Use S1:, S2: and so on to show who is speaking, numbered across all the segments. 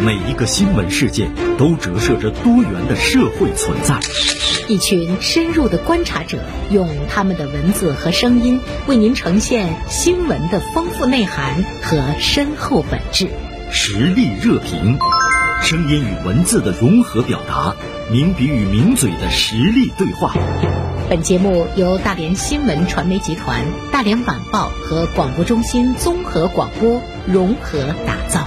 S1: 每一个新闻事件都折射着多元的社会存在。
S2: 一群深入的观察者，用他们的文字和声音，为您呈现新闻的丰富内涵和深厚本质。
S1: 实力热评，声音与文字的融合表达，名笔与名嘴的实力对话。
S2: 本节目由大连新闻传媒集团、大连晚报和广播中心综合广播融合打造。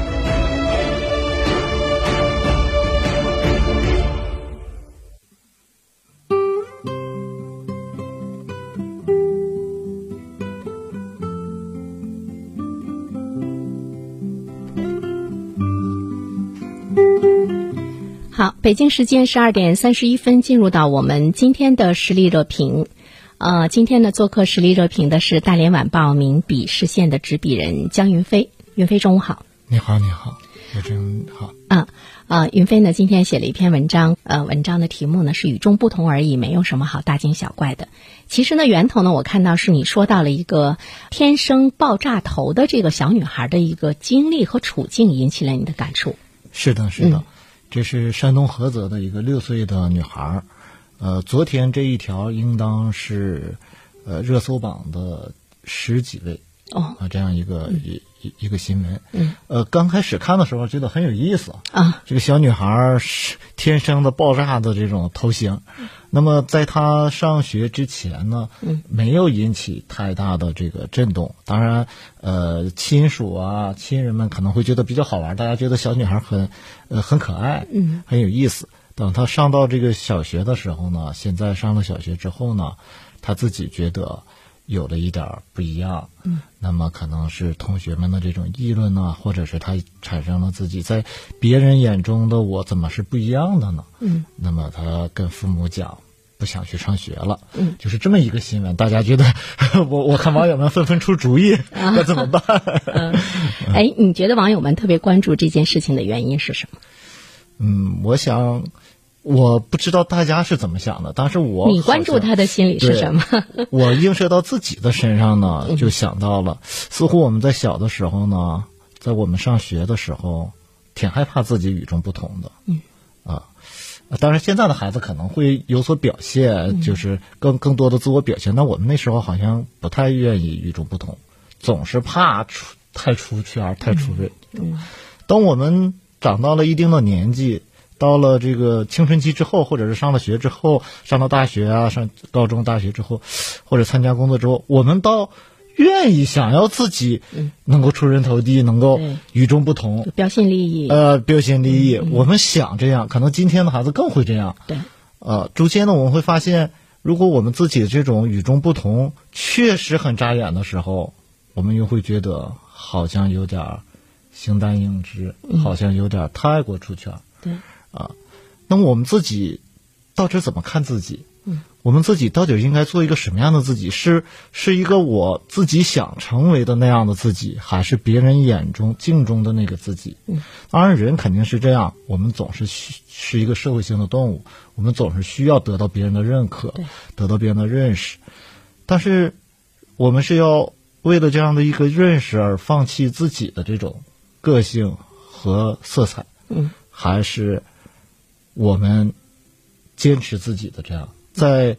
S2: 好，北京时间十二点三十一分，进入到我们今天的实力热评。呃，今天呢，做客实力热评的是《大连晚报》名笔视线的执笔人江云飞。云飞，中午好。
S3: 你好，你好，我真好。
S2: 啊啊，云飞呢，今天写了一篇文章，呃，文章的题目呢是“与众不同而已”，没有什么好大惊小怪的。其实呢，源头呢，我看到是你说到了一个天生爆炸头的这个小女孩的一个经历和处境，引起了你的感触。
S3: 是的，是的。
S2: 嗯
S3: 这是山东菏泽的一个六岁的女孩儿，呃，昨天这一条应当是，呃，热搜榜的十几位
S2: 哦
S3: 啊、这样一个一一一个新闻。
S2: 嗯，
S3: 呃，刚开始看的时候觉得很有意思，
S2: 啊，
S3: 这个小女孩儿是天生的爆炸的这种头型，那么在她上学之前呢，没有引起太大的这个震动。当然，呃，亲属啊、亲人们可能会觉得比较好玩，大家觉得小女孩很，呃，很可爱，嗯，很有意思。等她上到这个小学的时候呢，现在上了小学之后呢，她自己觉得有了一点儿不一样，嗯，那么可能是同学们的这种议论呐、或者是她产生了自己在别人眼中的我怎么是不一样的呢？
S2: 嗯，
S3: 那么她跟父母讲。不想去上学了，
S2: 嗯，
S3: 就是这么一个新闻，大家觉得 我我看网友们纷纷出 主意，那怎么办？嗯
S2: 哎，你觉得网友们特别关注这件事情的原因是什么？
S3: 嗯，我想，我不知道大家是怎么想的，但是我
S2: 你关注
S3: 好像
S2: 他的心理是什么？
S3: 我映射到自己的身上呢，就想到了，似乎我们在小的时候呢，在我们上学的时候，挺害怕自己与众不同的。嗯，啊，当然现在的孩子可能会有所表
S2: 嗯
S3: 现，就是更更多的自我表现。那我们那时候好像不太愿意与众不同，总是怕出太出圈、太出位。嗯，当我们长到了一定的年纪，到了这个青春期之后，或者是上了学之后，上到大学啊，上高中、大学之后，或者参加工作之后，我们倒愿意想要自己能够出人头地，能够
S2: 对
S3: 与众不同，
S2: 标新立异，
S3: 呃，标新立异。我们想这样，可能今天的孩子更会这样。
S2: 对，
S3: 呃，逐渐的我们会发现，如果我们自己这种与众不同确实很扎眼的时候，我们又会觉得好像有点儿形单影只，好像有点儿太过出圈儿。
S2: 对，
S3: 那么我们自己到底怎么看自己？嗯，我们自己到底应该做一个什么样的自己？是是一个我自己想成为的那样的自己，还是别人眼中镜中的那个自己？嗯，当然人肯定是这样，我们总是需是一个社会性的动物，我们总是需要得到别人的认可
S2: 对，
S3: 得到别人的认识。但是我们是要为了这样的一个认识而放弃自己的这种个性和色彩，
S2: 嗯，
S3: 还是我们坚持自己的这样，在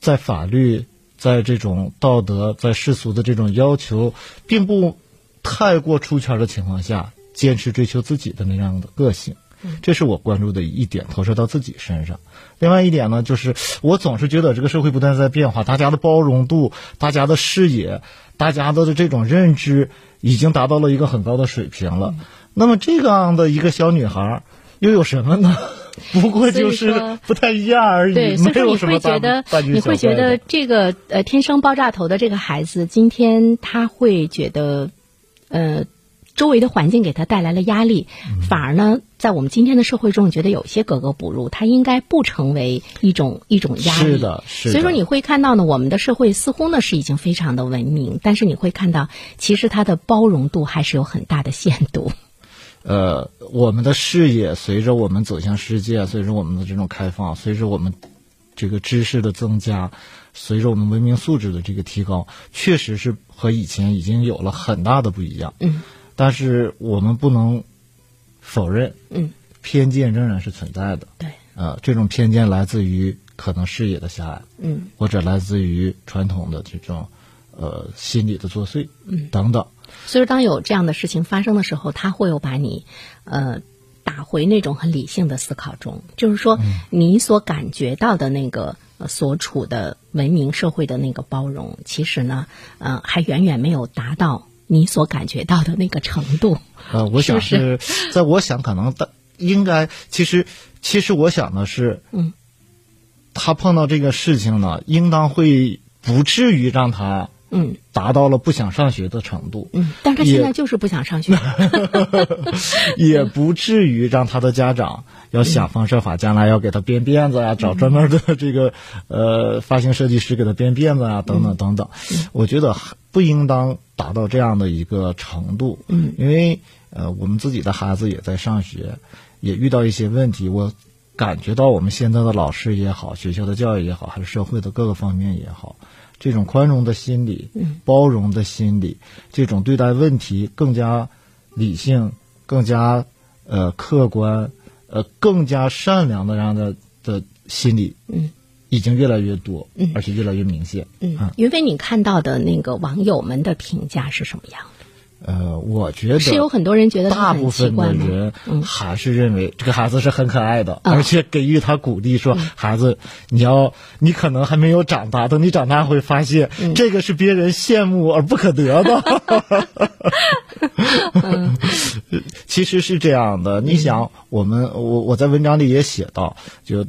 S3: 在法律、在这种道德、在世俗的这种要求，并不太过出圈的情况下，坚持追求自己的那样的个性。
S2: 嗯
S3: 这是我关注的一点，投射到自己身上。另外一点呢，就是我总是觉得这个社会不断在变化，大家的包容度、大家的视野、大家的这种认知已经达到了一个很高的水平了。
S2: 嗯
S3: 那么这样的一个小女孩儿又有什么呢？ 不过就
S2: 所以说
S3: 是不太一样而已，
S2: 对，所以
S3: 嗯没
S2: 说
S3: 有
S2: 你
S3: 什么
S2: 会
S3: 大
S2: 觉得
S3: 大，惊
S2: 你
S3: 小
S2: 会觉
S3: 怪的
S2: 得这个呃天生爆炸头的这个孩子，今天他会觉得，呃，周围的环境给他带来了压力，
S3: 嗯
S2: 反而呢，在我们今天的社会中，觉得有些格格不入，他应该不成为一种一种压力。
S3: 是的是的
S2: 所以说你会看到呢，我们的社会似乎呢是已经非常的文明，但是你会看到，其实它的包容度还是有很大的限度。
S3: 呃，我们的视野随着我们走向世界，随着我们的这种开放，随着我们这个知识的增加，随着我们文明素质的这个提高，确实是和以前已经有了很大的不一样。嗯，但是我们不能否认，
S2: 嗯，
S3: 偏见仍然是存在的。
S2: 对，
S3: 啊，这种偏见来自于可能视野的狭隘，
S2: 嗯，
S3: 或者来自于传统的这种呃心理的作祟，嗯，等等。
S2: 所以说当有这样的事情发生的时候，他会有把你，呃，打回那种很理性的思考中，就是说
S3: 嗯
S2: 你所感觉到的那个。呃所处的文明社会的那个包容，其实呢，呃，还远远没有达到你所感觉到的那个程度。
S3: 呃，我想
S2: 是不
S3: 是，在我想可能的应该，其实其实我想的是，
S2: 嗯，
S3: 他碰到这个事情呢，应当会不至于让他
S2: 嗯
S3: 达到了不想上学的程度，
S2: 嗯，但是他现在
S3: 也
S2: 就是不想上学。
S3: 也不至于让他的家长要想方设法，将来要给他编辫子啊，找专门的这个呃发型设计师给他编辫子啊，等等等等。我觉得还不应当达到这样的一个程度，
S2: 嗯，
S3: 因为呃我们自己的孩子也在上学，也遇到一些问题，我感觉到我们现在的老师也好，学校的教育也好，还是社会的各个方面也好。这种宽容的心理、包容的心理，这种对待问题更加理性、更加呃客观、呃更加善良的这样的的心理，
S2: 嗯，
S3: 已经越来越多，嗯，而且越来越明显。啊
S2: 嗯，云飞，你看到的那个网友们的评价是什么样的？
S3: 呃，我觉得
S2: 是有很多人觉得他
S3: 大部
S2: 很奇
S3: 分
S2: 怪吗？
S3: 的
S2: 嗯啊
S3: 人还是认为这个孩子是很可爱的，而且给予他鼓励，说
S2: 嗯
S3: 孩子，你要你可能还没有长大，等你长大会发现
S2: 嗯
S3: 这个是别人羡慕而不可得的。呃其实是这样的，你想，我们我我在文章里也写到，就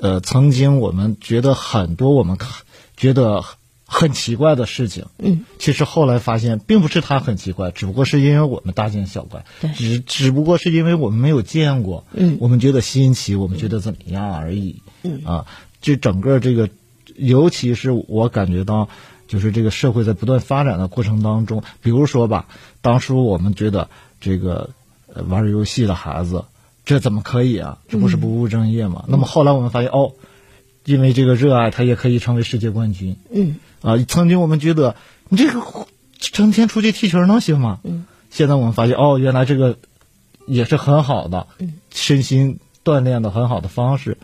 S3: 呃，曾经我们觉得很多我们看觉得很奇怪的事情，
S2: 嗯，
S3: 其实后来发现并不是他很奇怪，只不过是因为我们大惊小怪
S2: 对，
S3: 只只不过是因为我们没有见过，
S2: 嗯
S3: 我们觉得新奇，我们觉得怎么样而已，
S2: 嗯
S3: 啊，就整个这个，尤其是我感觉到。就是这个社会在不断发展的过程当中，比如说吧，当初我们觉得这个呃玩游戏的孩子，这怎么可以啊？这不是不务正业吗？那么后来我们发现，哦，因为这个热爱，他也可以成为世界冠军
S2: 嗯
S3: 啊、曾经我们觉得你这个成天出去踢球能行吗？
S2: 嗯，
S3: 现在我们发现，哦，原来这个也是很好的，
S2: 嗯，
S3: 身心锻炼的很好的方式。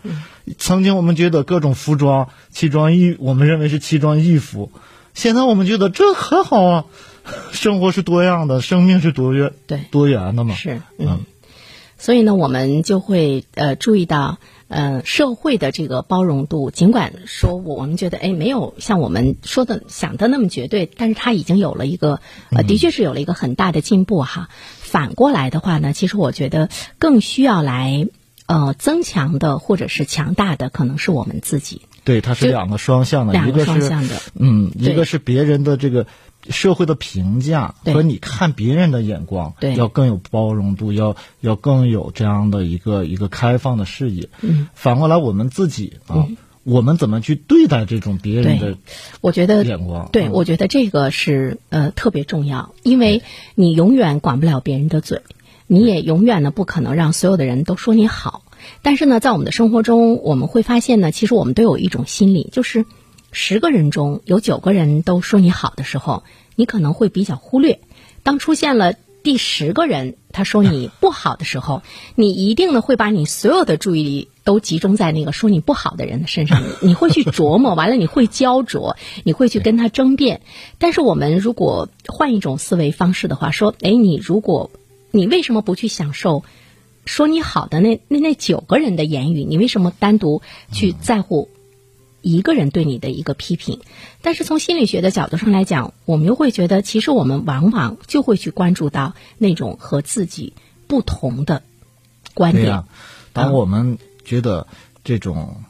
S3: 曾经我们觉得各种服装、奇装异，我们认为是奇装异服，现在我们觉得这很好啊。生活是多样的，生命是多元
S2: 对
S3: 多元的嘛。
S2: 是
S3: 嗯
S2: 嗯，所以呢，我们就会呃注意到，呃，社会的这个包容度，尽管说我我们觉得哎没有像我们说的想的那么绝对，但是它已经有了一个呃，
S3: 嗯
S2: 的确是有了一个很大的进步哈。反过来的话呢，其实我觉得更需要来呃增强的或者是强大的，可能是我们自己
S3: 对，它是
S2: 就
S3: 两个双向的，
S2: 两
S3: 啊一
S2: 个
S3: 个
S2: 双
S3: 是
S2: 向的。
S3: 嗯，一
S2: 对
S3: 个是别人的这个社会的评价
S2: 对
S3: 和你看别人的眼光，
S2: 对
S3: 要更有包容度，要要更有这样的一个一个开放的视野。
S2: 嗯，
S3: 反过来我们自己啊，我们怎么去对待这种别人的
S2: 我觉得
S3: 眼光？
S2: 对，
S3: 嗯
S2: 我觉得这个是呃特别重要，因为你永远管不了别人的嘴，你也永远呢不可能让所有的人都说你好。但是呢，在我们的生活中，我们会发现呢，其实我们都有一种心理，就是十个人中有九个人都说你好的时候，你可能会比较忽略。当出现了第十个人他说你不好的时候，你一定呢会把你所有的注意力都集中在那个说你不好的人的身上，你会去琢磨，完了你会焦灼，你会去跟他争辩。但是我们如果换一种思维方式的话，说，哎，你如果你为什么不去享受？说你好的那那那九个人的言语，你为什么单独去在乎一个人对你的一个批评？但是从心理学的角度上来讲，我们又会觉得，其实我们往往就会去关注到那种和自己不同的观
S3: 对
S2: 点。
S3: 呀、当我们觉得这种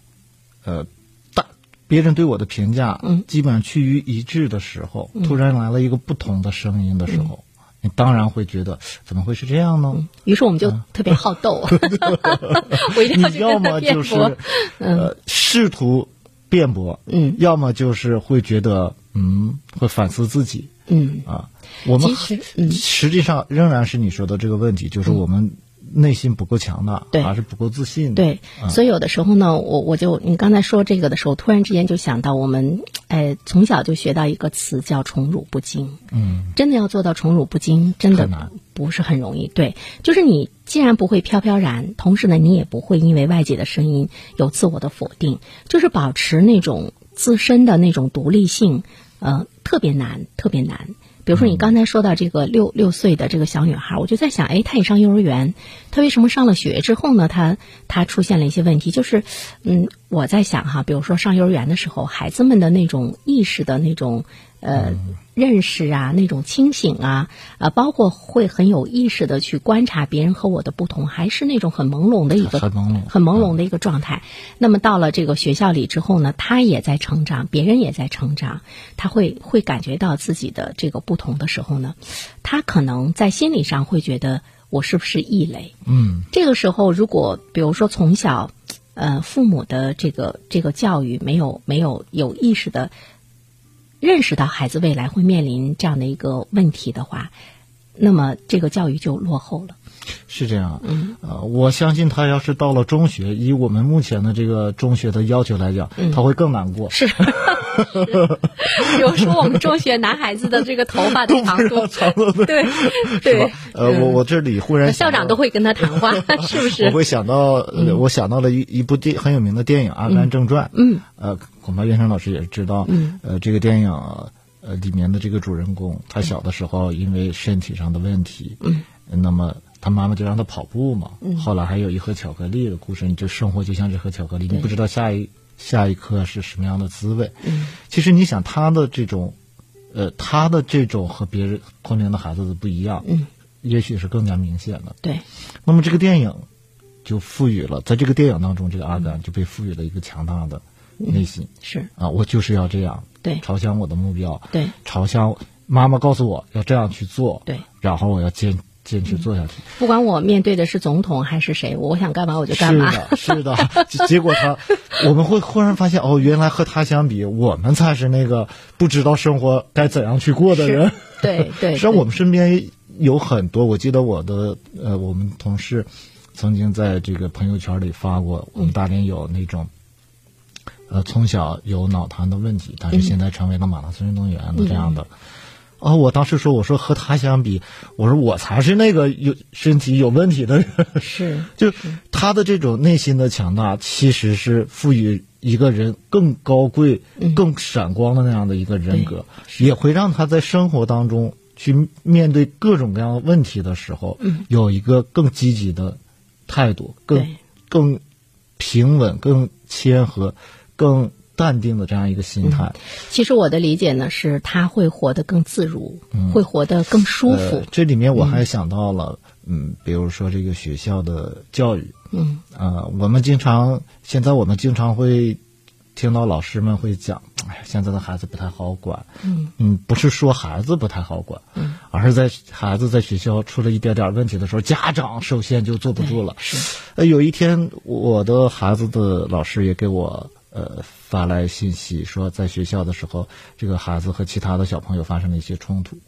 S3: 呃大别人对我的评价，
S2: 嗯
S3: 基本上趋于一致的时候，突然来了一个不同的声音的时
S2: 嗯
S3: 候，你当然会觉得怎么会是这样呢？
S2: 于是我们就特别好斗，啊 我一定 要
S3: 你
S2: 去
S3: 要
S2: 跟他
S3: 么
S2: 辩
S3: 就
S2: 驳。
S3: 是、呃试图辩驳，
S2: 嗯
S3: 要么就是会觉得嗯会反思自己
S2: 嗯，
S3: 啊。我们
S2: 其实嗯
S3: 实际上仍然是你说的这个问题，就是我们内心不够强大，
S2: 对
S3: 还是不够自信的。
S2: 对，所以有的时候呢，我我就你刚才说这个的时候，突然之间就想到我们，哎，从小就学到一个词叫宠辱不惊。嗯，真的要做到宠辱不惊，真的
S3: 很难
S2: 不是很容易。对，就是你既然不会飘飘然，同时呢，你也不会因为外界的声音有自我的否定，就是保持那种自身的那种独立性，呃，特别难，特别难。比如说你刚才说到这个六六岁的这个小女孩，我就在想，哎，她也上幼儿园，她为什么上了学之后呢？她她出现了一些问题，就是，嗯，我在想哈，比如说上幼儿园的时候，孩子们的那种意识的那种呃认识啊，那种清醒啊，啊，包括会很有意识的去观察别人和我的不同，还是那种很朦胧的一个
S3: 很朦胧
S2: 很朦胧的一个状态。那么到了这个学校里之后呢，他也在成长，别人也在成长，他会会感觉到自己的这个不同的时候呢，他可能在心理上会觉得我是不是异类？
S3: 嗯
S2: 这个时候，如果比如说从小，呃，父母的这个这个教育没有没有有意识的认识到孩子未来会面临这样的一个问题的话，那么这个教育就落后了。
S3: 是这样。嗯，呃，我相信他要是到了中学，以我们目前的这个中学的要求来讲，他会更难 过。
S2: 嗯是，比如说我们中学男孩子的这个头发的长度，
S3: 长度的
S2: 对
S3: 是吧
S2: 对，？嗯
S3: 呃，我我这里忽然
S2: 校
S3: 想到
S2: 长都会跟他谈 话，是不
S3: 我
S2: 是？
S3: 会想到，呃，我想到了一一部电很有名的电影《阿甘正传》。嗯，呃，恐怕袁生老师也知道。嗯，呃，这个电影呃里面的这个主人公，他小的时候因为身体上的问题，嗯，那么他妈妈就让他跑步嘛。嗯，后来还有一盒巧克力的故事，你就生活就像这盒巧克力，你不知道下一下一刻是什么样的滋味。嗯，其实你想他的这种，呃，他的这种和别人同龄的孩子的不一样。嗯。也许是更加明显的，
S2: 对，
S3: 那么这个电影就赋予了，在这个电影当中，这个阿甘就被赋予了一个强大的内心、
S2: 是，
S3: 啊，我就是要这样，
S2: 对
S3: 朝向我的目标，
S2: 对，
S3: 朝向妈妈告诉我要这样去做，
S2: 对，
S3: 然后我要坚坚持做下去。
S2: 不管我面对的是总统还是谁，我想干嘛我就嗯干嘛。
S3: 是的，是的。 结结果他，我们会忽然发现，哦，原来和他相比，我们才是那个不知道生活该怎样去过的人。
S2: 对对，
S3: 实际上，
S2: 对
S3: 我们身边有很多，我记得我的呃，我们同事曾经在这个朋友圈里发过，我们大连有那种。呃，从小有脑瘫的问题，但是
S2: 嗯
S3: 现在成为了马拉松运动员的这样的，啊、我当时说，我说和他相比，我说我才是那个有身体有问题的人，
S2: 是
S3: 就他的这种内心的强大，其实是赋予一个人更高贵、更闪光的那样的一个人格，也会让他在生活当中去面对各种各样的问题的时候，有一个更积极的态度，更
S2: 对
S3: 更平稳、更谦和、更淡定的这样一个心态。
S2: 其实我的理解呢，是他会活得更自如，
S3: 嗯
S2: 会活得更舒服
S3: 呃。这里面我还想到了，嗯比如说这个学校的教育，
S2: 嗯，
S3: 呃，我们经常现在我们经常会听到老师们会讲，哎呀，现在的孩子不太好管，嗯不是说孩子不太好管，嗯，而是在孩子在学校出了一点点问题的时候，家长首先就坐不住了。是，呃，有一天我的孩子的老师也给我。呃，发来信息说，在学校的时候，这个孩子和其他的小朋友发生了一些冲突。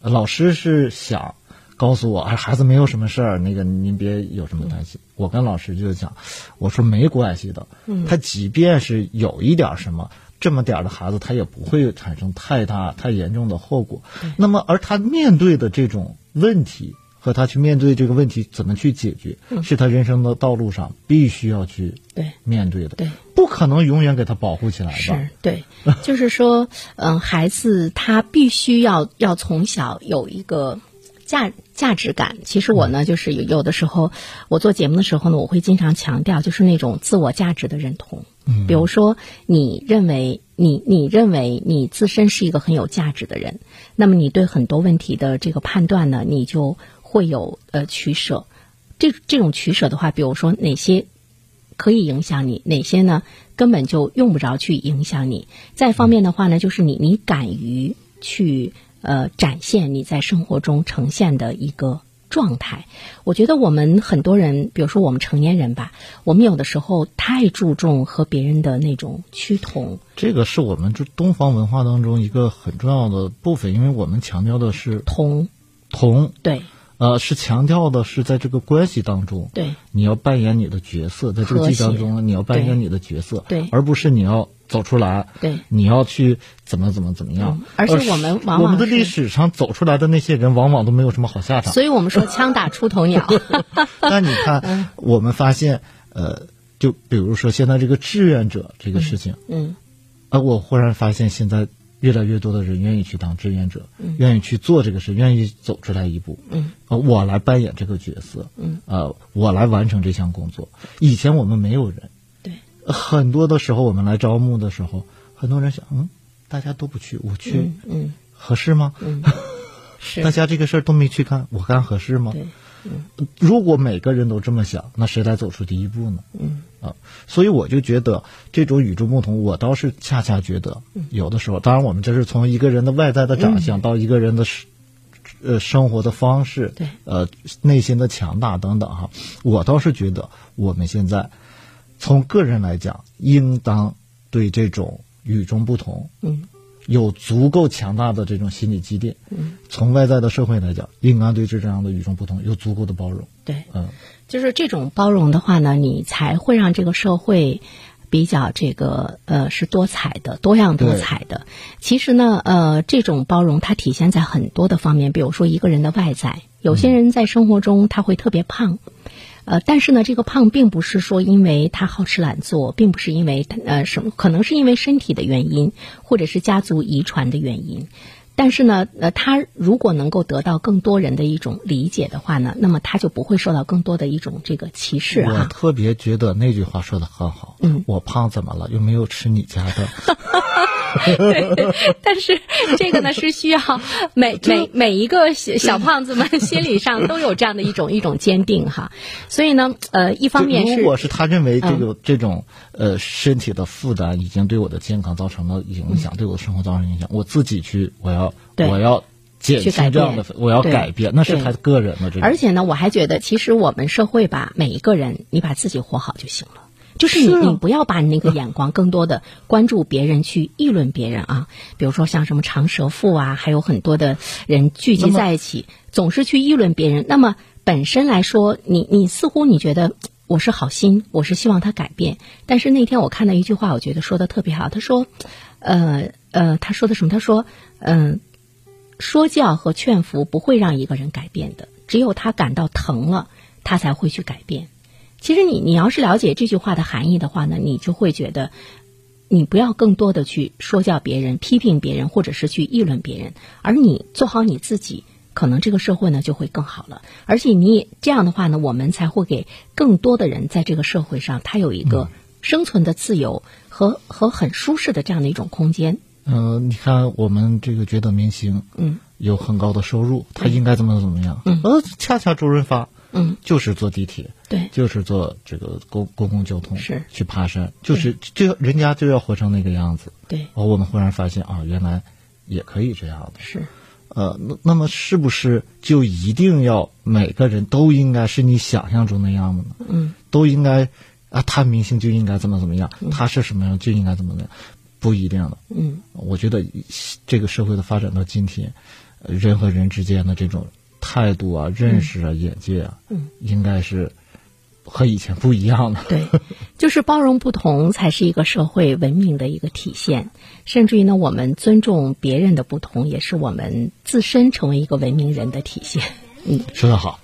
S3: 呃老师是想告诉我，哎，孩子没有什么事儿，那个您别有什么担心。我跟老师就讲，我说没关系的，
S2: 嗯
S3: 他即便是有一点什么。这么点儿的孩子，他也不会产生太大、太严重的后果。那么，而他面对的这种问题和他去面对这个问题怎么去解决，
S2: 嗯
S3: 是他人生的道路上必须要去
S2: 对
S3: 面对的。
S2: 对，
S3: 不可能永远给他保护起来吧？
S2: 是对，就是说， 嗯、孩子他必须要要从小有一个价价值感。其实我呢，就是有有的时候我做节目的时候呢，我会经常强调，就是那种自我价值的认同。
S3: 嗯
S2: 比如说，你认为你你认为你自身是一个很有价值的人，那么你对很多问题的这个判断呢，你就会有呃取舍。这这种取舍的话，比如说哪些可以影响你，哪些呢根本就用不着去影响你。再方面的话呢，就是你你敢于去呃展现你在生活中呈现的一个状态。我觉得我们很多人，比如说我们成年人吧，我们有的时候太注重和别人的那种趋同，
S3: 这个是我们这东方文化当中一个很重要的部分，因为我们强调的是
S2: 同
S3: 同，
S2: 对
S3: 呃，是强调的是在这个关系当中，
S2: 对，
S3: 你要扮演你的角色，在这个
S2: 和
S3: 剧
S2: 谐
S3: 当中，你要扮
S2: 对
S3: 演你的角色，
S2: 对
S3: 而不是你要走出来，
S2: 对
S3: 你要去怎么怎么怎么样呃
S2: 嗯。而且我们往往
S3: 我们的
S2: 是
S3: 历史上走出来的那些人，往往都没有什么好 下场。
S2: 所以我们说枪打出头鸟，
S3: 但你
S2: 嗯
S3: 看，我们发现，呃，就比如说现在这个志愿者这个事情，
S2: 嗯
S3: 啊，我忽然发现现在越来越多的人愿意去当志愿者，愿意去做这个事，愿意走出来一步。
S2: 嗯，
S3: 啊，我来扮演这个角色。
S2: 嗯，
S3: 啊，我来完成这项工作。以前我们没有人，
S2: 对，
S3: 呃很多的时候我们来招募的时候，很多人想，嗯，大家都不去，我去、
S2: 嗯嗯，
S3: 合适吗？
S2: 是
S3: 大家这个事儿都没去干，我干合适吗？
S2: 对，
S3: 如果每个人都这么想，那谁来走出第一步呢？
S2: 嗯
S3: 啊，所以我就觉得这种与众不同，我倒是恰恰觉得，
S2: 嗯
S3: 有的时候，当然我们这是从一个人的外在的长相到一个人的生呃生活的方式，
S2: 对
S3: 呃内心的强大等等哈，我倒是觉得我们现在从个人来讲，应当对这种与众不同
S2: 嗯
S3: 有足够强大的这种心理积淀，
S2: 嗯，
S3: 从外在的社会来讲，应当对这样的与众不同有足够的包容，
S2: 对，
S3: 嗯。
S2: 就是这种包容的话呢，你才会让这个社会比较这个呃是多彩的、多样多彩的。其实呢，呃，这种包容它体现在很多的方面，比如说一个人的外在，有些人在生活中他会特别胖。呃，但是呢，这个胖并不是说因为他好吃懒做，并不是因为他呃什么，可能是因为身体的原因，或者是家族遗传的原因。但是呢，呃，他如果能够得到更多人的一种理解的话呢，那么他就不会受到更多的一种这个歧视
S3: 我
S2: 啊。
S3: 特别觉得那句话说的很好。
S2: 嗯
S3: 我胖怎么了？又没有吃你家的。
S2: 但是这个呢，是需要每每每一个小小胖子们心理上都有这样的一种一种坚定哈。所以呢，呃，一 方面
S3: 就如
S2: 是嗯
S3: 果是他认为这个、这种呃身体的负担已经对我的健康造成了影响，对我的生活造成影响，我自己去，我要
S2: 嗯对
S3: 我要减
S2: 去改
S3: 轻这样的
S2: 变，
S3: 我要
S2: 对
S3: 改变，那是
S2: 对
S3: 他个人的这种
S2: 而。且呢，我还觉得，其实我们社会吧，每一个人，你把自己活好就行了。就是你，
S3: 是啊
S2: 你不要把你那个眼光更多的关注别人，去议论别人啊。比如说像什么长舌妇啊，还有很多的人聚集在一起，总是去议论别人。那么本身来说，你你似乎你觉得我是好心，我是希望他改变。但是那天我看到一句话，我觉得说的特别好。他说，呃呃，他说的什么？他说，嗯、说教和劝服不会让一个人改变的，只有他感到疼了，他才会去改变。其实你你要是了解这句话的含义的话呢，你就会觉得，你不要更多的去说教别人、批评别人，或者是去议论别人，而你做好你自己，可能这个社会呢就会更好了。而且你也这样的话呢，我们才会给更多的人在这个社会上，他有一个生存的自由和和很舒适的这样的一种空间。
S3: 嗯、你看我们这个觉得明星，
S2: 嗯，
S3: 有很高的收入，他应该怎么怎么样？嗯，呃，恰恰周润发，
S2: 嗯，
S3: 就是坐地铁，
S2: 对
S3: 就是坐这个公公共交通，
S2: 是
S3: 去爬山，就是就人家就要活成那个样子。
S2: 对，
S3: 哦，我们忽然发现啊，原来也可以这样的。
S2: 是。
S3: 呃，那那么是不是就一定要每个人都应该是你想象中那样的呢？
S2: 嗯，
S3: 都应该啊，他明星就应该怎么怎么样，他是什么样就应该怎么怎么样，不一定的。
S2: 嗯，
S3: 我觉得这个社会的发展到今天，呃人和人之间的这种态度啊、
S2: 嗯
S3: 认识啊、眼界啊，嗯，应该是和以前不一样的。
S2: 对，就是包容不同才是一个社会文明的一个体现，甚至于呢，我们尊重别人的不同，也是我们自身成为一个文明人的体现。
S3: 说得好，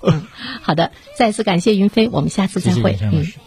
S2: 好的，再次感谢云飞，我们下次
S3: 谢
S2: 再
S3: 谢
S2: 会。
S3: 袁先生
S2: 嗯
S3: 老。师。